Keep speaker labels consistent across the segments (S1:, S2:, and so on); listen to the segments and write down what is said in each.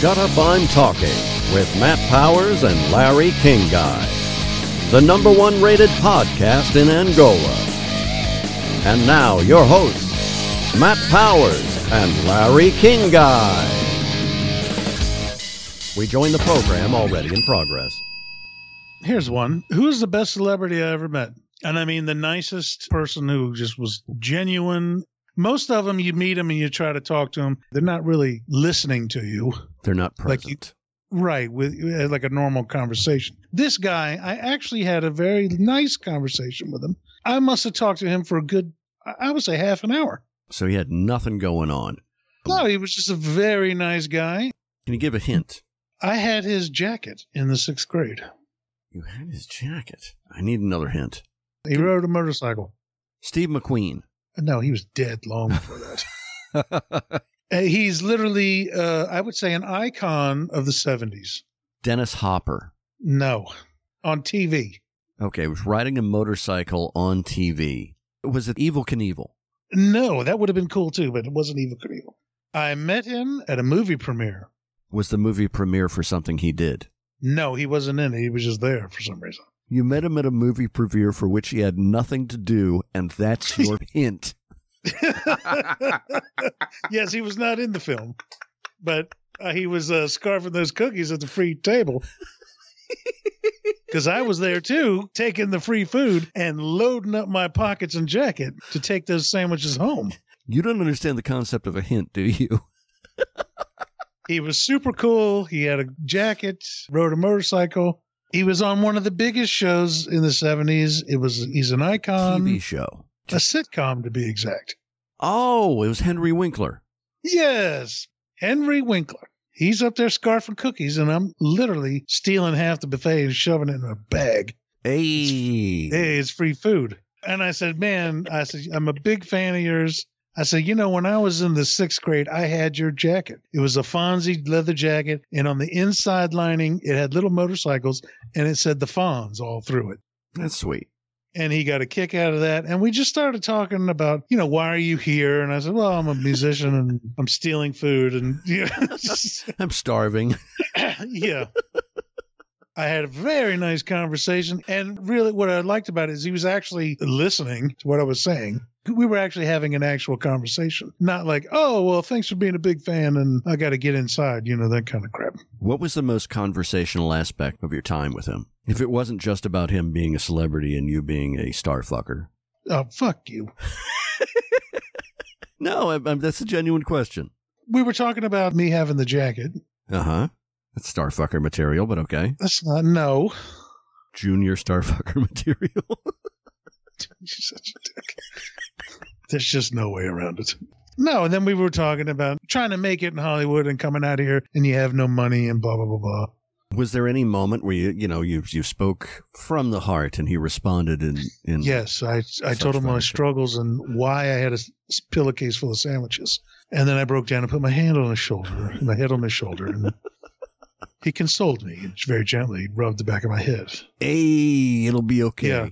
S1: Shut Up I'm Talking with Matt Powers and Larry King Guy, the number one rated podcast in Angola. And now your hosts, Matt Powers and Larry King Guy. We join the program already in progress.
S2: Here's one. Who's the best celebrity I ever met? And I mean the nicest person who just was genuine. Most of them, you meet them and you try to talk to them. They're not really listening to you,
S1: They're not
S2: Like you-
S1: present.
S2: right? With uh, like a normal conversation. This guy, I actually had a very nice conversation with him. I must have talked to him for a good, I I would say, half an hour.
S1: so he had nothing going on.
S2: No, he was just a very nice guy.
S1: Can you give a hint?
S2: I had his jacket in the sixth grade.
S1: You had his jacket. I need another hint.
S2: He rode a motorcycle.
S1: Steve McQueen.
S2: No, he was dead long before that. Uh, He's literally, uh, I would say, an icon of the 70s.
S1: Dennis Hopper.
S2: No, on TV.
S1: Okay, was riding a motorcycle on TV. Was it Evil Knievel?
S2: No, that would have been cool too, but it wasn't Evil Knievel. I met him at a movie premiere.
S1: Was the movie premiere for something he did?
S2: No, he wasn't in it. He was just there for some reason.
S1: You met him at a movie premiere for which he had nothing to do, and that's your hint.
S2: yes, he was not in the film, but uh, he was uh, scarfing those cookies at the free table. Because I was there too, taking the free food and loading up my pockets and jacket to take those sandwiches home.
S1: You don't understand the concept of a hint, do you?
S2: He was super cool. He had a jacket, rode a motorcycle. He was on one of the biggest shows in the 70s. It was he's an icon,
S1: TV show.
S2: a sitcom to be exact.
S1: Oh, it was Henry Winkler.
S2: Yes, Henry Winkler. He's up there scarfing cookies, and I'm literally stealing half the buffet and shoving it in a bag.
S1: Hey.
S2: Hey, it's free food. And I said, Man, I said, I'm a big fan of yours. I said, You know, when I was in the sixth grade, I had your jacket. It was a Fonzie leather jacket. And on the inside lining, it had little motorcycles and it said the Fonz all through it.
S1: That's sweet.
S2: And he got a kick out of that. And we just started talking about, you know, why are you here? And I said, Well, I'm a musician and I'm stealing food. And, you know,
S1: I'm starving.
S2: yeah. I had a very nice conversation. And really, what I liked about it is he was actually listening to what I was saying. We were actually having an actual conversation, not like, oh, well, thanks for being a big fan and I got to get inside, you know, that kind of crap.
S1: What was the most conversational aspect of your time with him? If it wasn't just about him being a celebrity and you being a star fucker.
S2: Oh, fuck you.
S1: No, I, I, that's a genuine question.
S2: We were talking about me having the jacket.
S1: Uh huh. That's star fucker material, but okay.
S2: That's not, no.
S1: Junior star fucker material.
S2: You're such a dick. There's just no way around it. No, and then we were talking about trying to make it in Hollywood and coming out of here and you have no money and blah, blah, blah, blah.
S1: Was there any moment where you, you know, you you spoke from the heart and he responded in in
S2: Yes, I I
S1: Such
S2: told him my
S1: fellowship.
S2: struggles and why I had a s- pillowcase full of sandwiches, and then I broke down and put my hand on his shoulder, my head on his shoulder, and he consoled me and very gently. rubbed the back of my head,
S1: "Hey, it'll be okay."
S2: Yeah.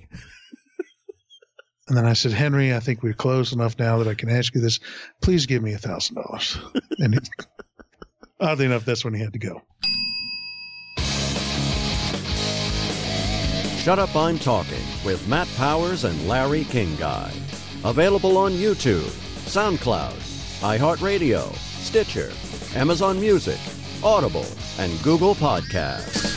S2: and then I said, "Henry, I think we're close enough now that I can ask you this. Please give me a thousand dollars." And he, oddly enough, that's when he had to go.
S1: Shut up, I'm talking with Matt Powers and Larry King Guy. Available on YouTube, SoundCloud, iHeartRadio, Stitcher, Amazon Music, Audible, and Google Podcasts.